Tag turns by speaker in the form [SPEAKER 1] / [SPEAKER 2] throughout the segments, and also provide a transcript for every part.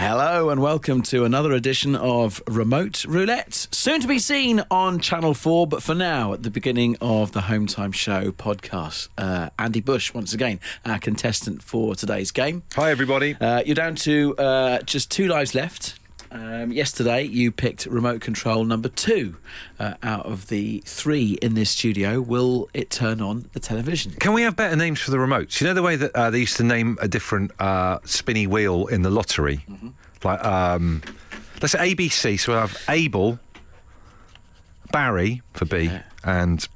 [SPEAKER 1] Hello and welcome to another edition of Remote Roulette, soon to be seen on Channel 4, but for now, at the beginning of the Home Time Show podcast. Uh, Andy Bush, once again, our contestant for today's game.
[SPEAKER 2] Hi, everybody.
[SPEAKER 1] Uh, you're down to uh, just two lives left. Um, yesterday, you picked remote control number two uh, out of the three in this studio. Will it turn on the television?
[SPEAKER 2] Can we have better names for the remotes? You know the way that uh, they used to name a different uh, spinny wheel in the lottery? Like, um, let's say ABC. So we'll have Abel, Barry for B, and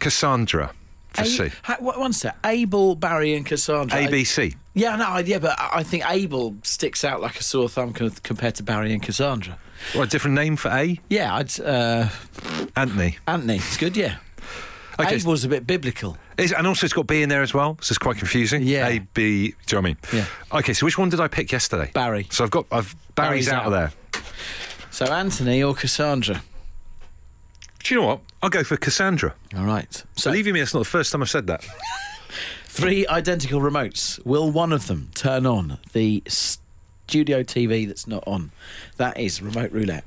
[SPEAKER 2] Cassandra for C.
[SPEAKER 1] A- ha- wha- one sec. Abel, Barry, and Cassandra.
[SPEAKER 2] ABC.
[SPEAKER 1] Yeah, no, I- yeah, but I I think Abel sticks out like a sore thumb co- compared to Barry and Cassandra.
[SPEAKER 2] What, a different name for A?
[SPEAKER 1] Yeah, I'd uh,
[SPEAKER 2] Anthony.
[SPEAKER 1] Anthony. It's good. Yeah,
[SPEAKER 2] Okay.
[SPEAKER 1] Abel's a bit biblical.
[SPEAKER 2] It's- and also, it's got B in there as well, so it's quite confusing.
[SPEAKER 1] Yeah.
[SPEAKER 2] A, B, do you know what I mean?
[SPEAKER 1] Yeah.
[SPEAKER 2] Okay, so which one did I pick yesterday?
[SPEAKER 1] Barry.
[SPEAKER 2] So I've got, I've, Barry's,
[SPEAKER 1] Barry's
[SPEAKER 2] out, of
[SPEAKER 1] out.
[SPEAKER 2] there.
[SPEAKER 1] So Anthony or Cassandra.
[SPEAKER 2] Do you know what? I'll go for Cassandra.
[SPEAKER 1] All right. So
[SPEAKER 2] Believe you me, that's not the first time I've said that.
[SPEAKER 1] three identical remotes. Will one of them turn on the studio TV that's not on? That is remote roulette.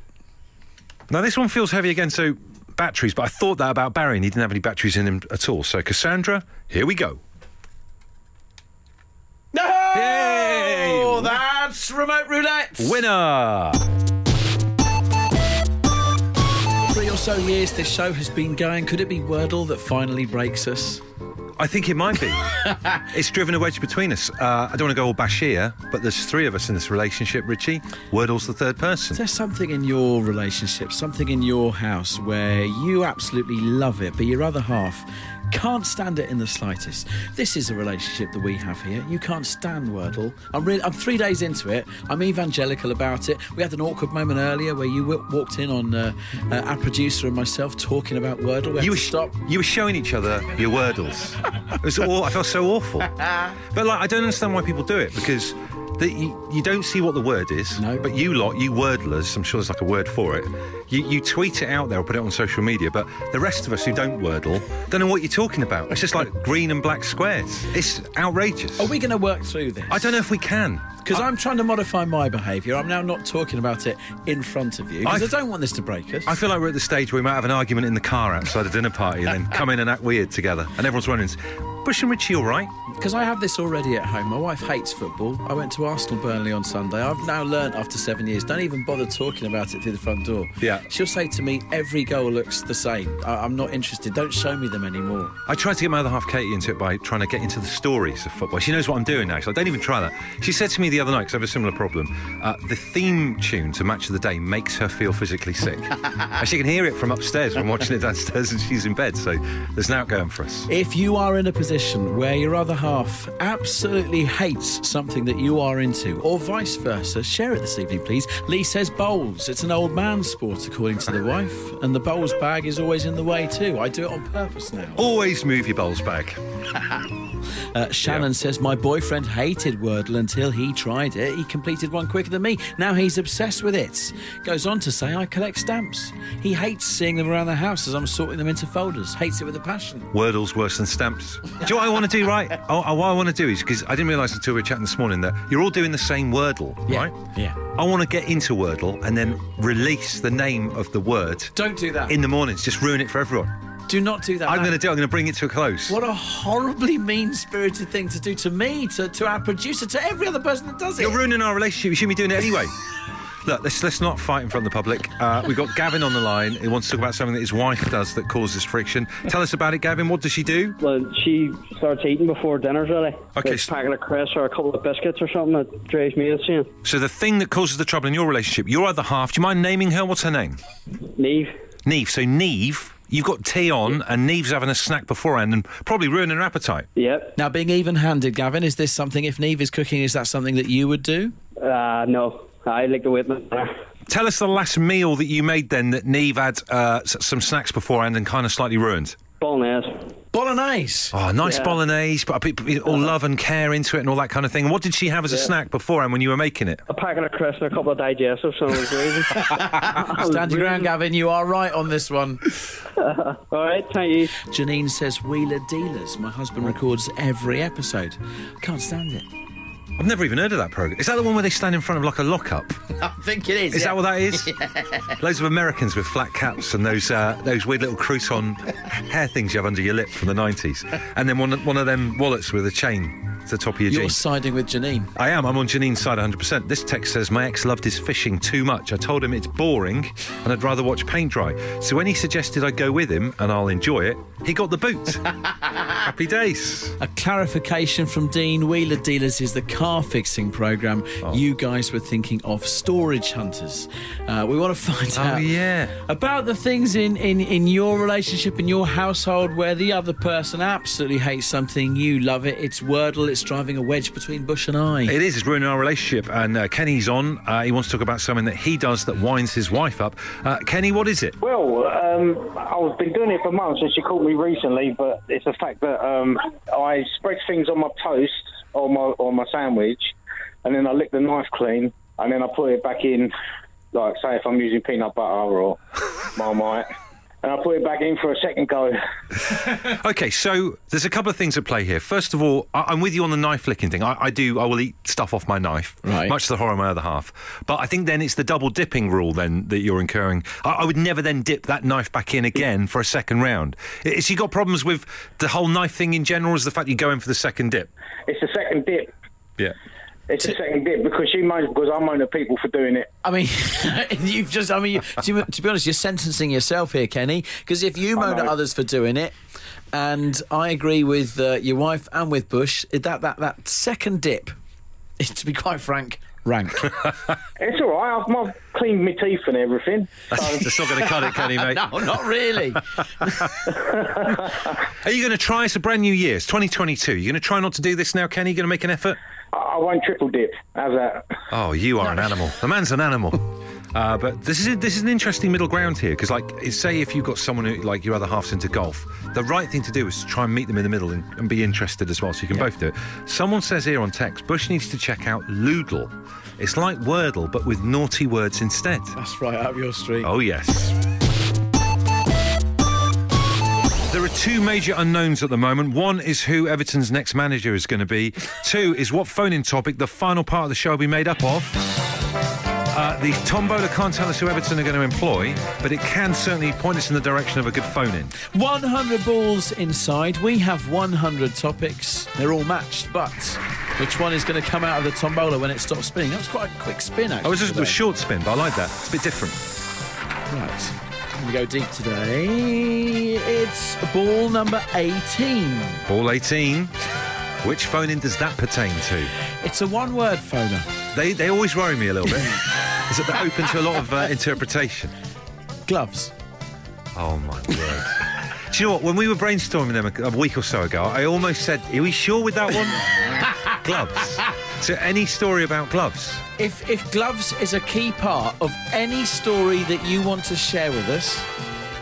[SPEAKER 2] Now this one feels heavy again, so batteries. But I thought that about Barry, and he didn't have any batteries in him at all. So Cassandra, here we go.
[SPEAKER 1] No!
[SPEAKER 2] Yay!
[SPEAKER 1] Oh, That's remote roulette.
[SPEAKER 2] Winner.
[SPEAKER 1] Three or so years this show has been going. Could it be Wordle that finally breaks us?
[SPEAKER 2] I think it might be. it's driven a wedge between us. Uh, I don't want to go all Bashir, but there's three of us in this relationship, Richie. Wordle's the third person.
[SPEAKER 1] There's something in your relationship, something in your house where you absolutely love it, but your other half can't stand it in the slightest. This is a relationship that we have here. You can't stand Wordle. I'm really, I'm three days into it. I'm evangelical about it. We had an awkward moment earlier where you w- walked in on uh, uh, our producer and myself talking about Wordle. We had to
[SPEAKER 2] You were,
[SPEAKER 1] stop.
[SPEAKER 2] you were showing each other your wordles. It was all, I felt so awful. But like, I don't understand why people do it because the, you, you don't see what the word is.
[SPEAKER 1] No.
[SPEAKER 2] But you lot, you wordlers, I'm sure there's like a word for it. You, you tweet it out there or put it on social media. But the rest of us who don't wordle don't know what you're talking about. It's just like green and black squares. It's outrageous.
[SPEAKER 1] Are we going to work through this?
[SPEAKER 2] I don't know if we can.
[SPEAKER 1] Because I'm trying to modify my behaviour. I'm now not talking about it in front of you because I,
[SPEAKER 2] I-
[SPEAKER 1] don't want this to break us.
[SPEAKER 2] I feel like we're at the stage where we might have an argument in the car outside a dinner party and then come in and act weird together. And everyone's running. Bush and Richie, all right?
[SPEAKER 1] Because I have this already at home. My wife hates football. I went to Arsenal Burnley on Sunday. I've now learnt after seven years, don't even bother talking about it through the front door.
[SPEAKER 2] Yeah.
[SPEAKER 1] She'll say to me, every goal looks the same. I- I'm not interested. Don't show me them anymore.
[SPEAKER 2] I tried to get my other half Katie into it by trying to get into the stories of football. She knows what I'm doing now, so I don't even try that. She said to me the other night, because I have a similar problem, uh, the theme tune to Match of the Day makes her feel physically sick. and she can hear it from upstairs. I'm watching it downstairs and she's in bed, so there's an outgoing for us.
[SPEAKER 1] If you are in a position where your other half absolutely hates something that you are into, or vice versa, share it this evening, please. Lee says bowls. It's an old man's sport, according to the wife, and the bowls bag is always in the way, too. I do it on purpose now.
[SPEAKER 2] Always move your bowls back.
[SPEAKER 1] Uh, Shannon
[SPEAKER 2] Yeah.
[SPEAKER 1] says, My boyfriend hated Wordle until he tried it. He completed one quicker than me. Now he's obsessed with it. Goes on to say, I collect stamps. He hates seeing them around the house as I'm sorting them into folders. Hates it with a passion.
[SPEAKER 2] Wordle's worse than stamps. Do you know what I want to do, right? Oh, oh, what I want to do is, because I didn't realise until we were chatting this morning that you're all doing the same Wordle,
[SPEAKER 1] Yeah.
[SPEAKER 2] right?
[SPEAKER 1] Yeah.
[SPEAKER 2] I want to get into Wordle and then release the name of the word
[SPEAKER 1] Don't do that.
[SPEAKER 2] in the mornings, just ruin it for everyone.
[SPEAKER 1] do not do that.
[SPEAKER 2] I'm
[SPEAKER 1] That-
[SPEAKER 2] going to do. I'm going to bring it to a close.
[SPEAKER 1] What a horribly mean spirited thing to do to me, to, to our producer, to every other person that does it.
[SPEAKER 2] You're ruining our relationship. You shouldn't be doing it anyway. Look, let's let's not fight in front of the public. Uh, we've got Gavin on the line. He wants to talk about something that his wife does that causes friction. Tell us about it, Gavin. What does she do?
[SPEAKER 3] Well, she starts eating before dinner's really.
[SPEAKER 2] Okay,
[SPEAKER 3] Like
[SPEAKER 2] so-
[SPEAKER 3] a packet of crisps or a couple of biscuits or something that drives me insane.
[SPEAKER 2] So the thing that causes the trouble in your relationship, your other half. Do you mind naming her? What's her name?
[SPEAKER 3] Neve.
[SPEAKER 2] Neve. So Neve, you've got tea on, and Neve's having a snack beforehand, and probably ruining her appetite.
[SPEAKER 3] Yep.
[SPEAKER 1] Now, being even handed, Gavin, is this something, if Neve is cooking, is that something that you would do?
[SPEAKER 3] Uh, no. I like to wait in dinner.
[SPEAKER 2] Tell us the last meal that you made then that Neve had uh, s- some snacks beforehand and kind of slightly ruined.
[SPEAKER 3] Bolognese.
[SPEAKER 1] Bolognese.
[SPEAKER 2] Oh, nice
[SPEAKER 3] Yeah.
[SPEAKER 2] bolognese, but I put all love and care into it and all that kind of thing. What did she have as a snack beforehand when you were making it?
[SPEAKER 3] A packet of crisps and a couple of digestives, something was crazy.
[SPEAKER 1] Stand your ground, Gavin. You are right on this one.
[SPEAKER 3] All right, thank you.
[SPEAKER 1] Janine says Wheeler Dealers. My husband records every episode. I can't stand it.
[SPEAKER 2] I've never even heard of that program. Is that the one where they stand in front of like a lockup?
[SPEAKER 1] I think it is.
[SPEAKER 2] Is
[SPEAKER 1] yeah.
[SPEAKER 2] that what that is? Loads of Americans with flat caps and those uh, those weird little crouton hair things you have under your lip from the 90s. And then one, one of them wallets with a chain to the top of your
[SPEAKER 1] You're
[SPEAKER 2] jeans.
[SPEAKER 1] siding with Janine.
[SPEAKER 2] I am. I'm on Janine's side 100%. This text says, My ex loved his fishing too much. I told him it's boring and I'd rather watch paint dry. So when he suggested I go with him and I'll enjoy it, he got the boot. Happy days.
[SPEAKER 1] A clarification from Dean Wheeler Dealers is the car fixing program. You guys were thinking of storage hunters. Uh, we want to find
[SPEAKER 2] Oh,
[SPEAKER 1] out
[SPEAKER 2] yeah.
[SPEAKER 1] about the things in, in, in your relationship, in your household, where the other person absolutely hates something, you love it. It's Wordle, it's driving a wedge between Bush and I.
[SPEAKER 2] It is. It's ruining our relationship. And uh, Kenny's on. Uh, he wants to talk about something that he does that winds his wife up. Uh, Kenny, what is it?
[SPEAKER 4] Well, um, I've been doing it for months, and she called me recently. But it's the fact that um, I spread things on my toast or my or my sandwich, and then I lick the knife clean, and then I put it back in. Like, say, if I'm using peanut butter or marmite, and I put it back in for a second go.
[SPEAKER 2] Okay, so there's a couple of things at play here. First of all, I- I'm with you on the knife licking thing. I, I do. I will eat stuff off my knife,
[SPEAKER 1] Right.
[SPEAKER 2] much to the horror of my other half. But I think then it's the double dipping rule then that you're incurring. I, I would never then dip that knife back in again for a second round. I- Has she got problems with the whole knife thing in general? or Is the fact you go in for the second dip?
[SPEAKER 4] It's the second dip.
[SPEAKER 2] Yeah.
[SPEAKER 4] It's the second dip because she moans because I moan at people for doing it.
[SPEAKER 1] I mean, you've just, I mean, to, to be honest, you're sentencing yourself here, Kenny, because if you moan at
[SPEAKER 4] know.
[SPEAKER 1] others for doing it, and I agree with uh, your wife and with Bush, that, that, that second dip is, to be quite frank, rank.
[SPEAKER 4] It's all right. I've, I've cleaned my teeth and everything. So,
[SPEAKER 2] That's not going to cut it, Kenny, mate.
[SPEAKER 1] no, not really.
[SPEAKER 2] Are you going to try? It's a brand new year. It's 2022. You're going to try not to do this now, Kenny? You going to make an effort?
[SPEAKER 4] I, I won't triple dip. How's that?
[SPEAKER 2] Oh, you are an animal. The man's an animal. Uh, but this is this is an interesting middle ground here because, like, it's- say if you've got someone who, like your other half's into golf, the right thing to do is to try and meet them in the middle and, and be interested as well, so you can both do it. Someone says here on text, Bush needs to check out Loodle. It's like Wordle but with naughty words instead.
[SPEAKER 1] That's right up your street.
[SPEAKER 2] Oh yes. There are two major unknowns at the moment. One is who Everton's next manager is going to be. Two is what phone-in topic the final part of the show will be made up of. Uh, the tombola can't tell us who Everton are going to employ, but it can certainly point us in the direction of a good phone-in.
[SPEAKER 1] 100 balls inside. We have 100 topics. They're all matched, but which one is going to come out of the tombola when it stops spinning? That was quite a quick spin, actually.
[SPEAKER 2] I was just it
[SPEAKER 1] today.
[SPEAKER 2] was short spin, but I like that. It's a bit different.
[SPEAKER 1] Right. We go deep today. It's ball number 18.
[SPEAKER 2] Ball 18. Which phone-in does that pertain to?
[SPEAKER 1] It's a one word phoner.
[SPEAKER 2] They they always worry me a little bit. is that they're open to a lot of uh, interpretation?
[SPEAKER 1] Gloves.
[SPEAKER 2] Oh my word. Do you know what? When we were brainstorming them a, a week or so ago, I almost said, Are we sure with that one? gloves. So, any story about gloves?
[SPEAKER 1] If, if gloves is a key part of any story that you want to share with us,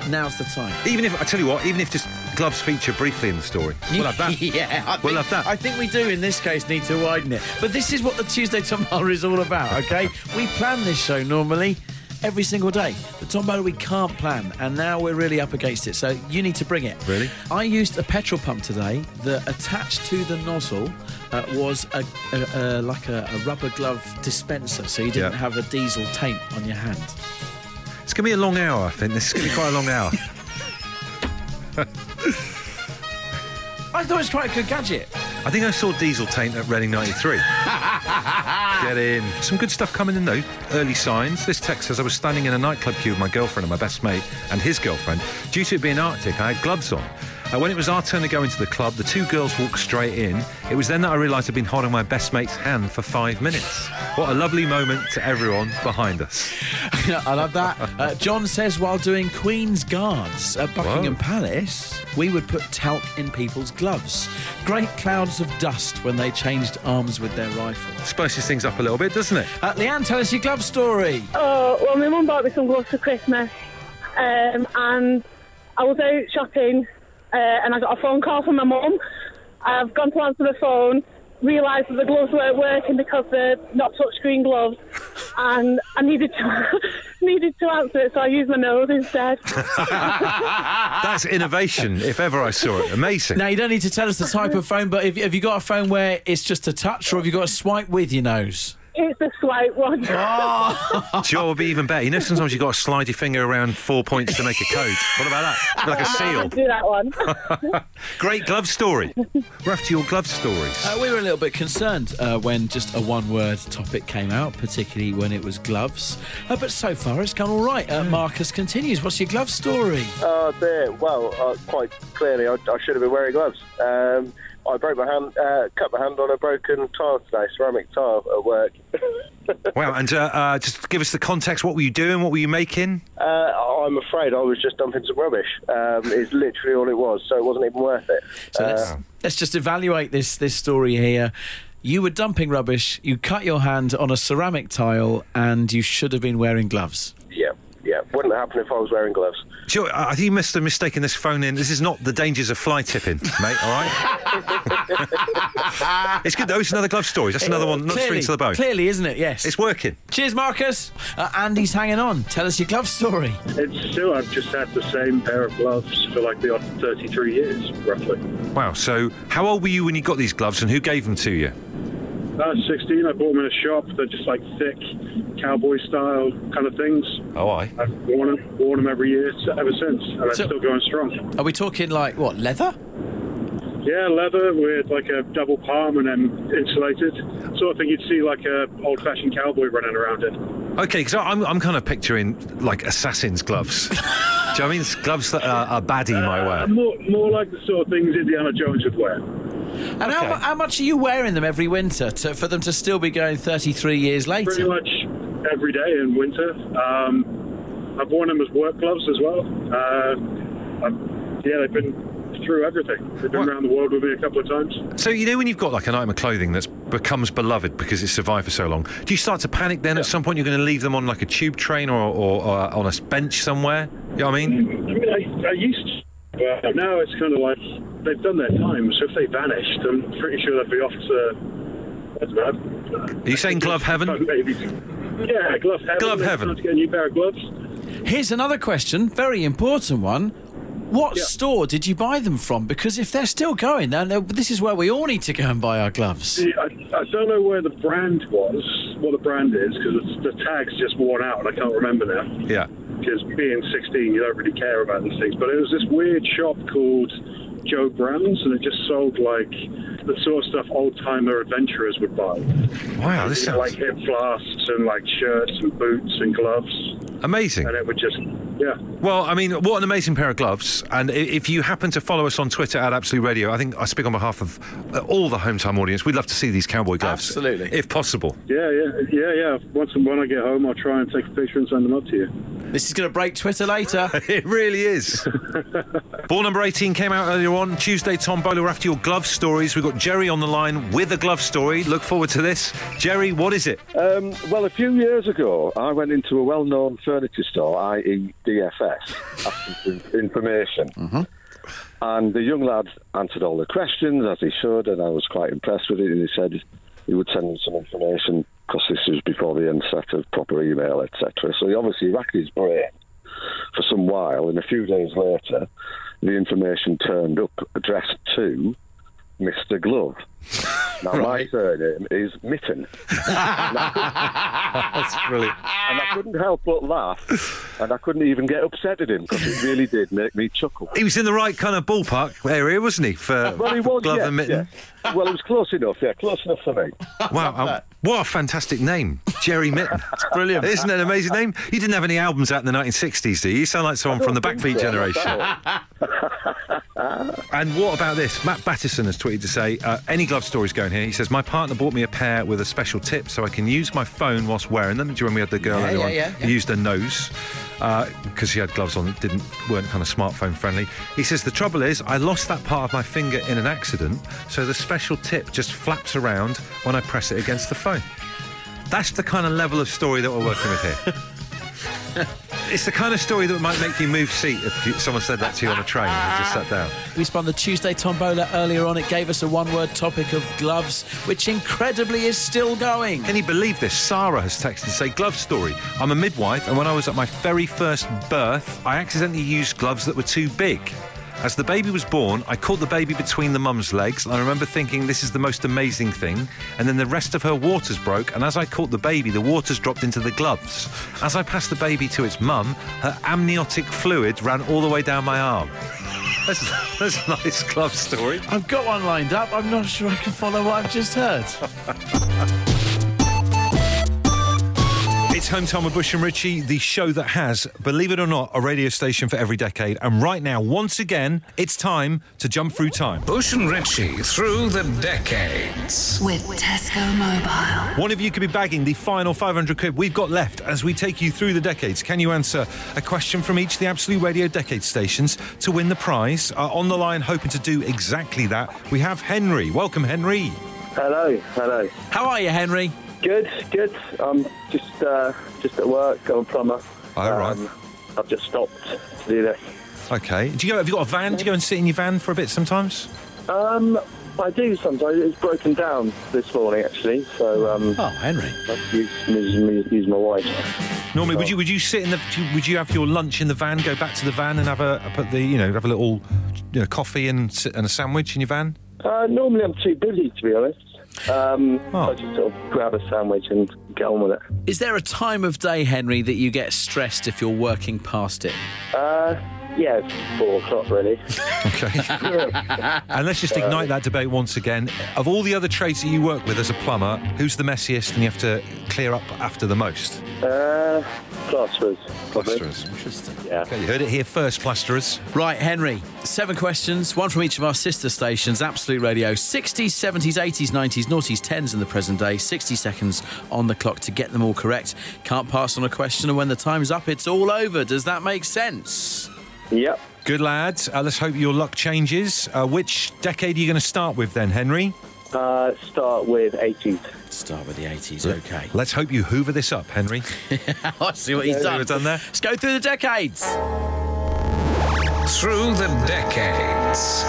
[SPEAKER 1] now's the time.
[SPEAKER 2] Even if, I tell you what, even if just gloves feature briefly in the story, we'll have that.
[SPEAKER 1] yeah, I
[SPEAKER 2] We'll
[SPEAKER 1] think,
[SPEAKER 2] have that.
[SPEAKER 1] I think we do in this case need to widen it. But this is what the Tuesday Tombola is all about, okay? we plan this show normally every single day. The Tombola we can't plan, and now we're really up against it. So you need to bring it.
[SPEAKER 2] Really?
[SPEAKER 1] I used a petrol pump today that attached to the nozzle uh, was a, a, a like a, a rubber glove dispenser, so you didn't
[SPEAKER 2] Yeah.
[SPEAKER 1] have a diesel taint on your hand.
[SPEAKER 2] It's going to be a long hour, I think. This is going to be quite a long hour.
[SPEAKER 1] I thought it was quite a good gadget.
[SPEAKER 2] I think I saw Diesel Taint at Reading 93. Get in. Some good stuff coming in though. Early signs. This text says I was standing in a nightclub queue with my girlfriend and my best mate and his girlfriend. Due to it being Arctic, I had gloves on. Uh, when it was our turn to go into the club, the two girls walked straight in. It was then that I realised I'd been holding my best mate's hand for five minutes. What a lovely moment to everyone behind us.
[SPEAKER 1] I love that. Uh, John says while doing Queen's Guards at Buckingham
[SPEAKER 2] Wow.
[SPEAKER 1] Palace, we would put talc in people's gloves. Great clouds of dust when they changed arms with their rifles.
[SPEAKER 2] Spices things up a little bit, doesn't it?
[SPEAKER 1] Uh, Leanne, tell us your glove story.
[SPEAKER 5] Oh, well, my mum bought me some gloves for Christmas, um, and I was out shopping, uh, and I got a phone call from my mum. I've gone to answer the phone, realised that the gloves weren't working because they're not touchscreen gloves, and I needed to needed to answer it, so I used my nose instead.
[SPEAKER 2] That's innovation, if ever I saw it. Amazing.
[SPEAKER 1] Now you don't need to tell us the type of phone, but have, have you got a phone where it's just a touch, or have you got a swipe with your nose?
[SPEAKER 5] it's a slight one.
[SPEAKER 2] Sure, would be even better. You know, sometimes you've got to slide your finger around four points to make a code. What about that? It's Like a seal.
[SPEAKER 5] Do that one.
[SPEAKER 2] Great glove story. We're after your glove stories.
[SPEAKER 1] Uh, we were a little bit concerned uh, when just a one word topic came out, particularly when it was gloves. Uh, but so far, it's gone all right. Uh, Marcus continues. What's your glove story?
[SPEAKER 6] Oh dear. Well, uh, quite clearly, I, I should have been wearing gloves. Um, I broke my hand, uh, cut my hand on a broken tile today, ceramic tile at work.
[SPEAKER 2] Wow, and uh, uh, just give us the context. What were you doing? What were you making?
[SPEAKER 6] Uh, I'm afraid I was just dumping some rubbish. Um, is literally all it was, so it wasn't even worth it.
[SPEAKER 1] So let's, let's just evaluate this this story here. You were dumping rubbish. You cut your hand on a ceramic tile, and you should have been wearing gloves.
[SPEAKER 6] Yeah, yeah. Wouldn't happen if I was wearing gloves.
[SPEAKER 2] Sure, I think you must have mistaken this phone in. This is not the dangers of fly tipping, mate, all right? it's good, though. It's another glove story. That's another one, not straight
[SPEAKER 1] Clearly-
[SPEAKER 2] to the bone.
[SPEAKER 1] Clearly, isn't it? Yes.
[SPEAKER 2] It's working.
[SPEAKER 1] Cheers, Marcus. Uh, Andy's hanging on. Tell us your glove story.
[SPEAKER 7] It's Sue. I've just had the same pair of gloves for like the odd 33 years, roughly.
[SPEAKER 2] Wow, so how old were you when you got these gloves and who gave them to you?
[SPEAKER 7] I was 16. Uh, I bought them in a shop. They're just like thick, cowboy style kind of things.
[SPEAKER 2] Oh, I.
[SPEAKER 7] I've worn them, worn them every year s- ever since, and I'm
[SPEAKER 1] So-
[SPEAKER 7] still going strong.
[SPEAKER 1] Are we talking like what leather?
[SPEAKER 7] Yeah, leather with like a double palm and then insulated. Sort of thing you'd see like a old-fashioned cowboy running around in.
[SPEAKER 2] Okay, because I'm, I'm kind of picturing like assassin's gloves. Do you know what I mean? It's gloves that a, a baddie might
[SPEAKER 7] Uh,
[SPEAKER 2] wear.
[SPEAKER 7] more, more like the sort of things Indiana Jones would wear.
[SPEAKER 1] And how, mu- how much are you wearing them every winter to, for them to still be going 33 years
[SPEAKER 7] Pretty
[SPEAKER 1] later?
[SPEAKER 7] much every day in winter. Um, I've worn them as work gloves as well. Uh, I've, yeah, they've been through everything. They've been
[SPEAKER 2] What?
[SPEAKER 7] around the world with me a couple of times.
[SPEAKER 2] So you know when you've got like an item of clothing that's becomes beloved because it's survived for so long, do you start to panic then? At some point, you're going to leave them on like a tube train or, or, or on a bench somewhere. You know what I mean?
[SPEAKER 7] I mean, I, I used to, but now it's kind of like they've done their time. So if they vanished, I'm pretty sure they'd be off to. I don't know.
[SPEAKER 2] Are you saying glove heaven?
[SPEAKER 7] Maybe. Yeah, glove heaven.
[SPEAKER 2] Glove
[SPEAKER 7] It's
[SPEAKER 2] heaven.
[SPEAKER 7] time To get a new pair of gloves.
[SPEAKER 1] Here's another question, very important one. What
[SPEAKER 7] Yeah.
[SPEAKER 1] store did you buy them from? Because if they're still going, then uh, this is where we all need to go and buy our gloves.
[SPEAKER 7] I, I don't know where the brand was, what the brand is, because the tag's just worn out and I can't remember now.
[SPEAKER 2] Yeah.
[SPEAKER 7] Because being 16, you don't really care about these things. But it was this weird shop called Joe Brown's, and it just sold like the sort of stuff old timer adventurers would buy.
[SPEAKER 2] Wow, this
[SPEAKER 7] You know, like
[SPEAKER 2] sounds
[SPEAKER 7] hip flasks and like shirts and boots and gloves.
[SPEAKER 2] amazing.
[SPEAKER 7] And it would just, yeah.
[SPEAKER 2] Well, I mean, what an amazing pair of gloves. And i- if you happen to follow us on Twitter at Absolute Radio, I think I speak on behalf of uh, all the Hometime audience. We'd love to see these cowboy gloves.
[SPEAKER 1] Absolutely.
[SPEAKER 2] If possible.
[SPEAKER 7] Yeah, yeah, yeah, yeah. Once and when I get home, I'll try and take a picture and send them up to you.
[SPEAKER 1] This is going to break Twitter later.
[SPEAKER 2] It really is. Ball number 18 came out earlier on. Tuesday, Tom Bowler, we're after your glove stories. We've got Jerry on the line with a glove story. Look forward to this. Jerry, what is it?
[SPEAKER 8] Um, well, a few years ago, I went into a well-known furniture store, i.e., DFS, asking for information. And the young lad answered all the questions as he should, and I was quite impressed with it. And he said he would send me some information because this was before the onset of proper email, etc. So he obviously racked his brain for some while, and a few days later, the information turned up addressed to Mr. Glove. Now, my surname is Mitten.
[SPEAKER 2] That's brilliant.
[SPEAKER 8] And
[SPEAKER 2] Ah.
[SPEAKER 8] I couldn't help but laugh, and I couldn't even get upset at him because it really did make me chuckle.
[SPEAKER 2] He was in the right kind of ballpark area, wasn't he? Ah, For
[SPEAKER 8] Well, he was,
[SPEAKER 2] glove
[SPEAKER 8] yes,
[SPEAKER 2] and mitten.
[SPEAKER 8] yes. Well, it was close enough, yeah, close enough for me.
[SPEAKER 2] Wow, um, what a fantastic name, Jerry Mitten. It's brilliant. Isn't it an amazing name? You didn't have any albums out in the 1960s, do you? You sound like someone from the Backbeat generation. and what about this? Matt Battison has tweeted to say, uh, any glove stories going here. He says, my partner bought me a pair with a special tip so I can use my phone whilst wearing them. Do you remember we had the girl
[SPEAKER 1] Yeah,
[SPEAKER 2] earlier
[SPEAKER 1] yeah,
[SPEAKER 2] on
[SPEAKER 1] yeah,
[SPEAKER 2] who
[SPEAKER 1] yeah.
[SPEAKER 2] used her nose? Because she had gloves on that didn't weren't kind of smartphone friendly. He says the trouble is I lost that part of my finger in an accident, so the special tip just flaps around when I press it against the phone. That's the kind of level of story that we're working with here. It's the kind of story that might make you move seat if you, someone said that to you on a train and you just sat down.
[SPEAKER 1] We spun the Tuesday tombola earlier on. It gave us a one word topic of gloves, which incredibly is still going.
[SPEAKER 2] Can you believe this? Sarah has texted and say, glove story. I'm a midwife, and when I was at my very first birth, I accidentally used gloves that were too big. As the baby was born, I caught the baby between the mum's legs, and I remember thinking this is the most amazing thing. And then the rest of her waters broke, and as I caught the baby, the waters dropped into the gloves. As I passed the baby to its mum, her amniotic fluid ran all the way down my arm. That's, that's a nice glove story.
[SPEAKER 1] I've got one lined up. I'm not sure I can follow what I've just heard.
[SPEAKER 2] It's Home Time with Bush and Ritchie, the show that has, believe it or not, a radio station for every decade. And right now, once again, it's time to jump through time.
[SPEAKER 9] Bush and Ritchie through the decades.
[SPEAKER 10] With Tesco Mobile.
[SPEAKER 2] One of you could be bagging the final 500 quid we've got left as we take you through the decades. Can you answer a question from each of the Absolute Radio decade stations to win the prize? Uh, on the line, hoping to do exactly that, we have Henry. Welcome, Henry.
[SPEAKER 6] Hello, hello.
[SPEAKER 1] How are you, Henry?
[SPEAKER 6] Good, good. I'm just uh, just at work. I'm a plumber.
[SPEAKER 2] All right.
[SPEAKER 6] I've just stopped to do this.
[SPEAKER 2] Okay. Do you go, have you got a van? Do you go and sit in your van for a bit sometimes?
[SPEAKER 6] Um, I do sometimes. It's broken down this morning actually, so um,
[SPEAKER 1] Oh, Henry.
[SPEAKER 6] I've used, used, used my wife.
[SPEAKER 2] Normally, would you would you sit in the do you- would you have your lunch in the van, go back to the van, and have a put the you know have a little you know, coffee and s- and a sandwich in your van?
[SPEAKER 6] Uh, normally I'm too busy to be honest. Um,
[SPEAKER 2] Oh.
[SPEAKER 6] I just sort of grab a sandwich and get on with it.
[SPEAKER 1] Is there a time of day, Henry, that you get stressed if you're working past it?
[SPEAKER 6] Uh, yeah, it's four o'clock really.
[SPEAKER 2] Okay. and let's just ignite that debate once again. Of all the other trades that you work with as a plumber, who's the messiest and you have to clear up after the most?
[SPEAKER 6] Uh, plasterers. probably.
[SPEAKER 1] Interesting.
[SPEAKER 6] Yeah.
[SPEAKER 2] Okay, you heard it here first, plasterers.
[SPEAKER 1] Right, Henry. Seven questions, one from each of our sister stations, Absolute Radio. 60s, 70s, 80s, 90s, noughties, 10s in the present day. 60 seconds on the clock to get them all correct. Can't pass on a question, and when the time's up, it's all over. Does that make sense?
[SPEAKER 6] Yep.
[SPEAKER 2] Good lads. Uh, let's hope your luck changes. Uh, which decade are you going to start with then, Henry?
[SPEAKER 6] Uh, start with 80s.
[SPEAKER 1] Start with the 80s, okay.
[SPEAKER 2] Let's hope you hoover this up, Henry.
[SPEAKER 1] I see what he's
[SPEAKER 2] See what
[SPEAKER 1] done.
[SPEAKER 2] we've done there?
[SPEAKER 1] Let's go through the decades.
[SPEAKER 9] Through the decades.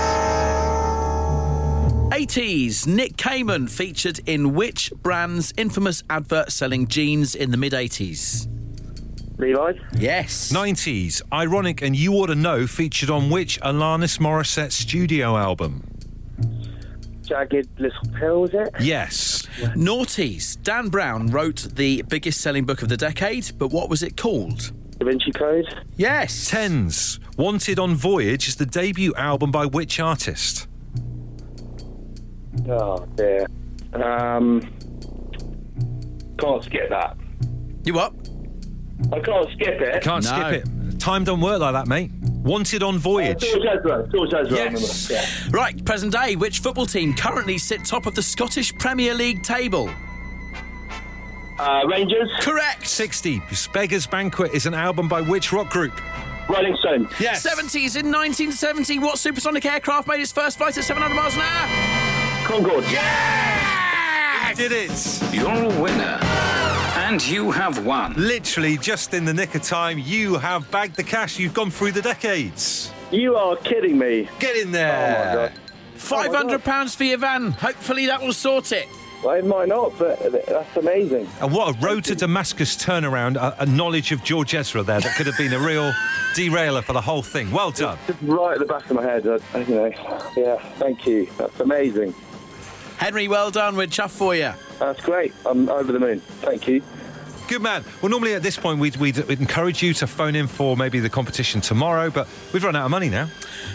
[SPEAKER 1] 80s, Nick Kamen featured in which brand's infamous advert selling jeans in the mid 80s?
[SPEAKER 6] Realize?
[SPEAKER 1] Yes.
[SPEAKER 2] 90s, Ironic and You Ought to Know featured on which Alanis Morissette studio album?
[SPEAKER 6] Jagged Little Pill, is it?
[SPEAKER 2] Yes.
[SPEAKER 1] Naughties. Dan Brown wrote the biggest selling book of the decade, but what was it called?
[SPEAKER 6] Da Vinci Code?
[SPEAKER 1] Yes.
[SPEAKER 2] 10s, Wanted on Voyage is the debut album by which artist?
[SPEAKER 6] Oh, dear. Um, can't skip that.
[SPEAKER 1] You what?
[SPEAKER 6] I can't skip it.
[SPEAKER 2] Can't
[SPEAKER 1] No.
[SPEAKER 2] skip it. Time don't work like that, mate. Wanted on Voyage.
[SPEAKER 6] George Ezra. George Ezra. I remember.
[SPEAKER 2] Yes.
[SPEAKER 6] Yeah.
[SPEAKER 1] Right, present day. Which football team currently sit top of the Scottish Premier League table?
[SPEAKER 6] Uh, Rangers.
[SPEAKER 1] Correct.
[SPEAKER 2] 60s, Beggar's Banquet is an album by which rock group?
[SPEAKER 6] Rolling Stone.
[SPEAKER 2] Yes.
[SPEAKER 1] 70s. In 1970, what supersonic aircraft made its first flight at 700 miles an hour?
[SPEAKER 6] Concord.
[SPEAKER 2] Did it.
[SPEAKER 9] You're a winner. And you have won.
[SPEAKER 2] Literally just in the nick of time, you have bagged the cash. You've gone through the decades.
[SPEAKER 6] You are kidding me.
[SPEAKER 2] Get in there.
[SPEAKER 6] Oh God.
[SPEAKER 1] £500 pounds for your van. Hopefully that will sort it.
[SPEAKER 6] Well, it might not, but that's amazing.
[SPEAKER 2] And what a road to Damascus turnaround, a, a knowledge of George Ezra there that could have been a real derailer for the whole thing. Well done.
[SPEAKER 6] Just right at the back of my head, I, I- you know. Yeah, thank you. That's amazing.
[SPEAKER 1] Henry, well done. We're chuffed for you.
[SPEAKER 6] That's great. I'm over the moon. Thank you.
[SPEAKER 2] Good man. Well, normally at this point, we'd, we'd, we'd encourage you to phone in for maybe the competition tomorrow, but we've run out of money now.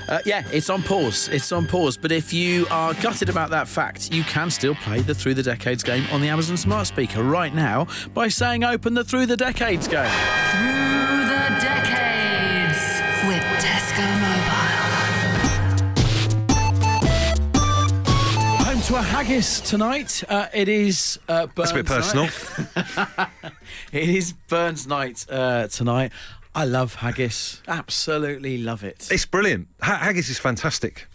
[SPEAKER 1] Uh, yeah, it's on pause. It's on pause. But if you are gutted about that fact, you can still play the Through the Decades game on the Amazon Smart Speaker right now by saying open the Through the Decades game.
[SPEAKER 10] Through the decades. With Tesco Mobile.
[SPEAKER 1] Home to a haggis tonight. Uh, it is uh, Burns
[SPEAKER 2] That's a bit
[SPEAKER 1] night.
[SPEAKER 2] personal.
[SPEAKER 1] It is Burns night uh, tonight. I love haggis. Absolutely love it.
[SPEAKER 2] It's brilliant. Ha- haggis is fantastic.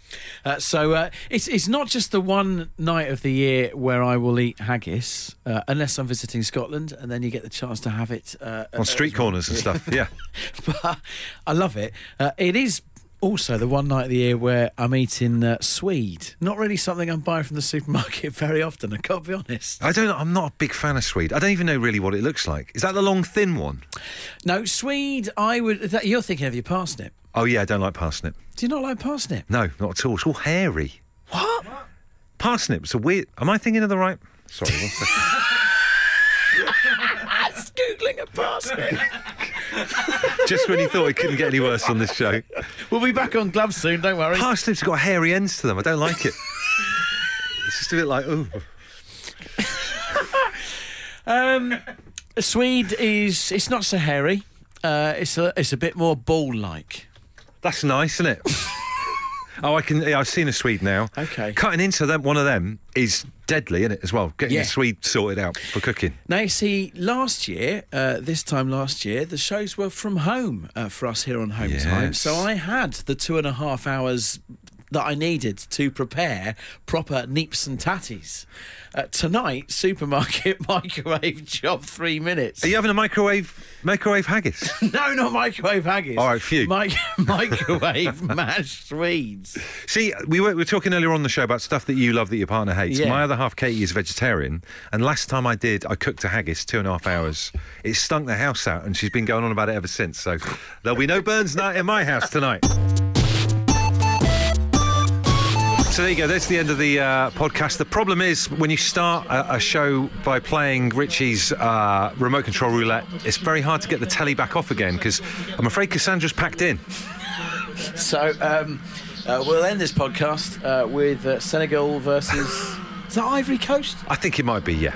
[SPEAKER 1] Uh, so uh, it's it's not just the one night of the year where I will eat haggis, uh, unless I'm visiting Scotland, and then you get the chance to have it uh,
[SPEAKER 2] on street corners and stuff. Yeah.
[SPEAKER 1] but I love it. Uh, it is also the one night of the year where I'm eating uh, swede. Not really something I'm buying from the supermarket very often. I can't be honest.
[SPEAKER 2] I don't. know- I'm not a big fan of Swede. I don't even know really what it looks like. Is that the long thin one?
[SPEAKER 1] No swede. I would. That, you're thinking of your parsnip.
[SPEAKER 2] Oh yeah, I don't like parsnip.
[SPEAKER 1] Do you not like parsnip?
[SPEAKER 2] No, not at all. It's all hairy.
[SPEAKER 1] What?
[SPEAKER 2] Parsnips are weird. Am I thinking of the right? Sorry. One second.
[SPEAKER 1] Googling a parsnip.
[SPEAKER 2] Just when you thought it couldn't get any worse on this show.
[SPEAKER 1] We'll be back on gloves soon. Don't worry.
[SPEAKER 2] Parsnips have got hairy ends to them. I don't like it. it's just a bit like ooh.
[SPEAKER 1] Um, swede is it's not so hairy. Uh, it's a it's a bit more ball like.
[SPEAKER 2] That's nice, isn't it? oh, I can. Yeah, I've seen a Swede now.
[SPEAKER 1] Okay.
[SPEAKER 2] Cutting into them, one of them is deadly, isn't it? As well, getting
[SPEAKER 1] Yeah.
[SPEAKER 2] the Swede sorted out for cooking.
[SPEAKER 1] Now you see, last year, uh, this time last year, the shows were from home uh, for us here on Home Time.
[SPEAKER 2] Yes.
[SPEAKER 1] So I had the two and a half hours that I needed to prepare proper neeps and tatties. Uh, tonight, supermarket microwave job three minutes.
[SPEAKER 2] Are you having a microwave microwave haggis?
[SPEAKER 1] No, not microwave haggis.
[SPEAKER 2] All right, phew.
[SPEAKER 1] Mic- microwave mashed swedes.
[SPEAKER 2] See, we were, we were talking earlier on the show about stuff that you love that your partner hates.
[SPEAKER 1] Yeah.
[SPEAKER 2] My other half, Katie, is vegetarian, and last time I did, I cooked a haggis two and a half hours. It stunk the house out, and she's been going on about it ever since. So there'll be no Burns night in my house tonight. So there you go. That's the end of the uh, podcast. The problem is when you start a, a show by playing Richie's uh, remote control roulette, it's very hard to get the telly back off again because I'm afraid Cassandra's packed in.
[SPEAKER 1] So um, uh, we'll end this podcast uh, with uh, Senegal versus. Is that Ivory Coast?
[SPEAKER 2] I think it might be yeah.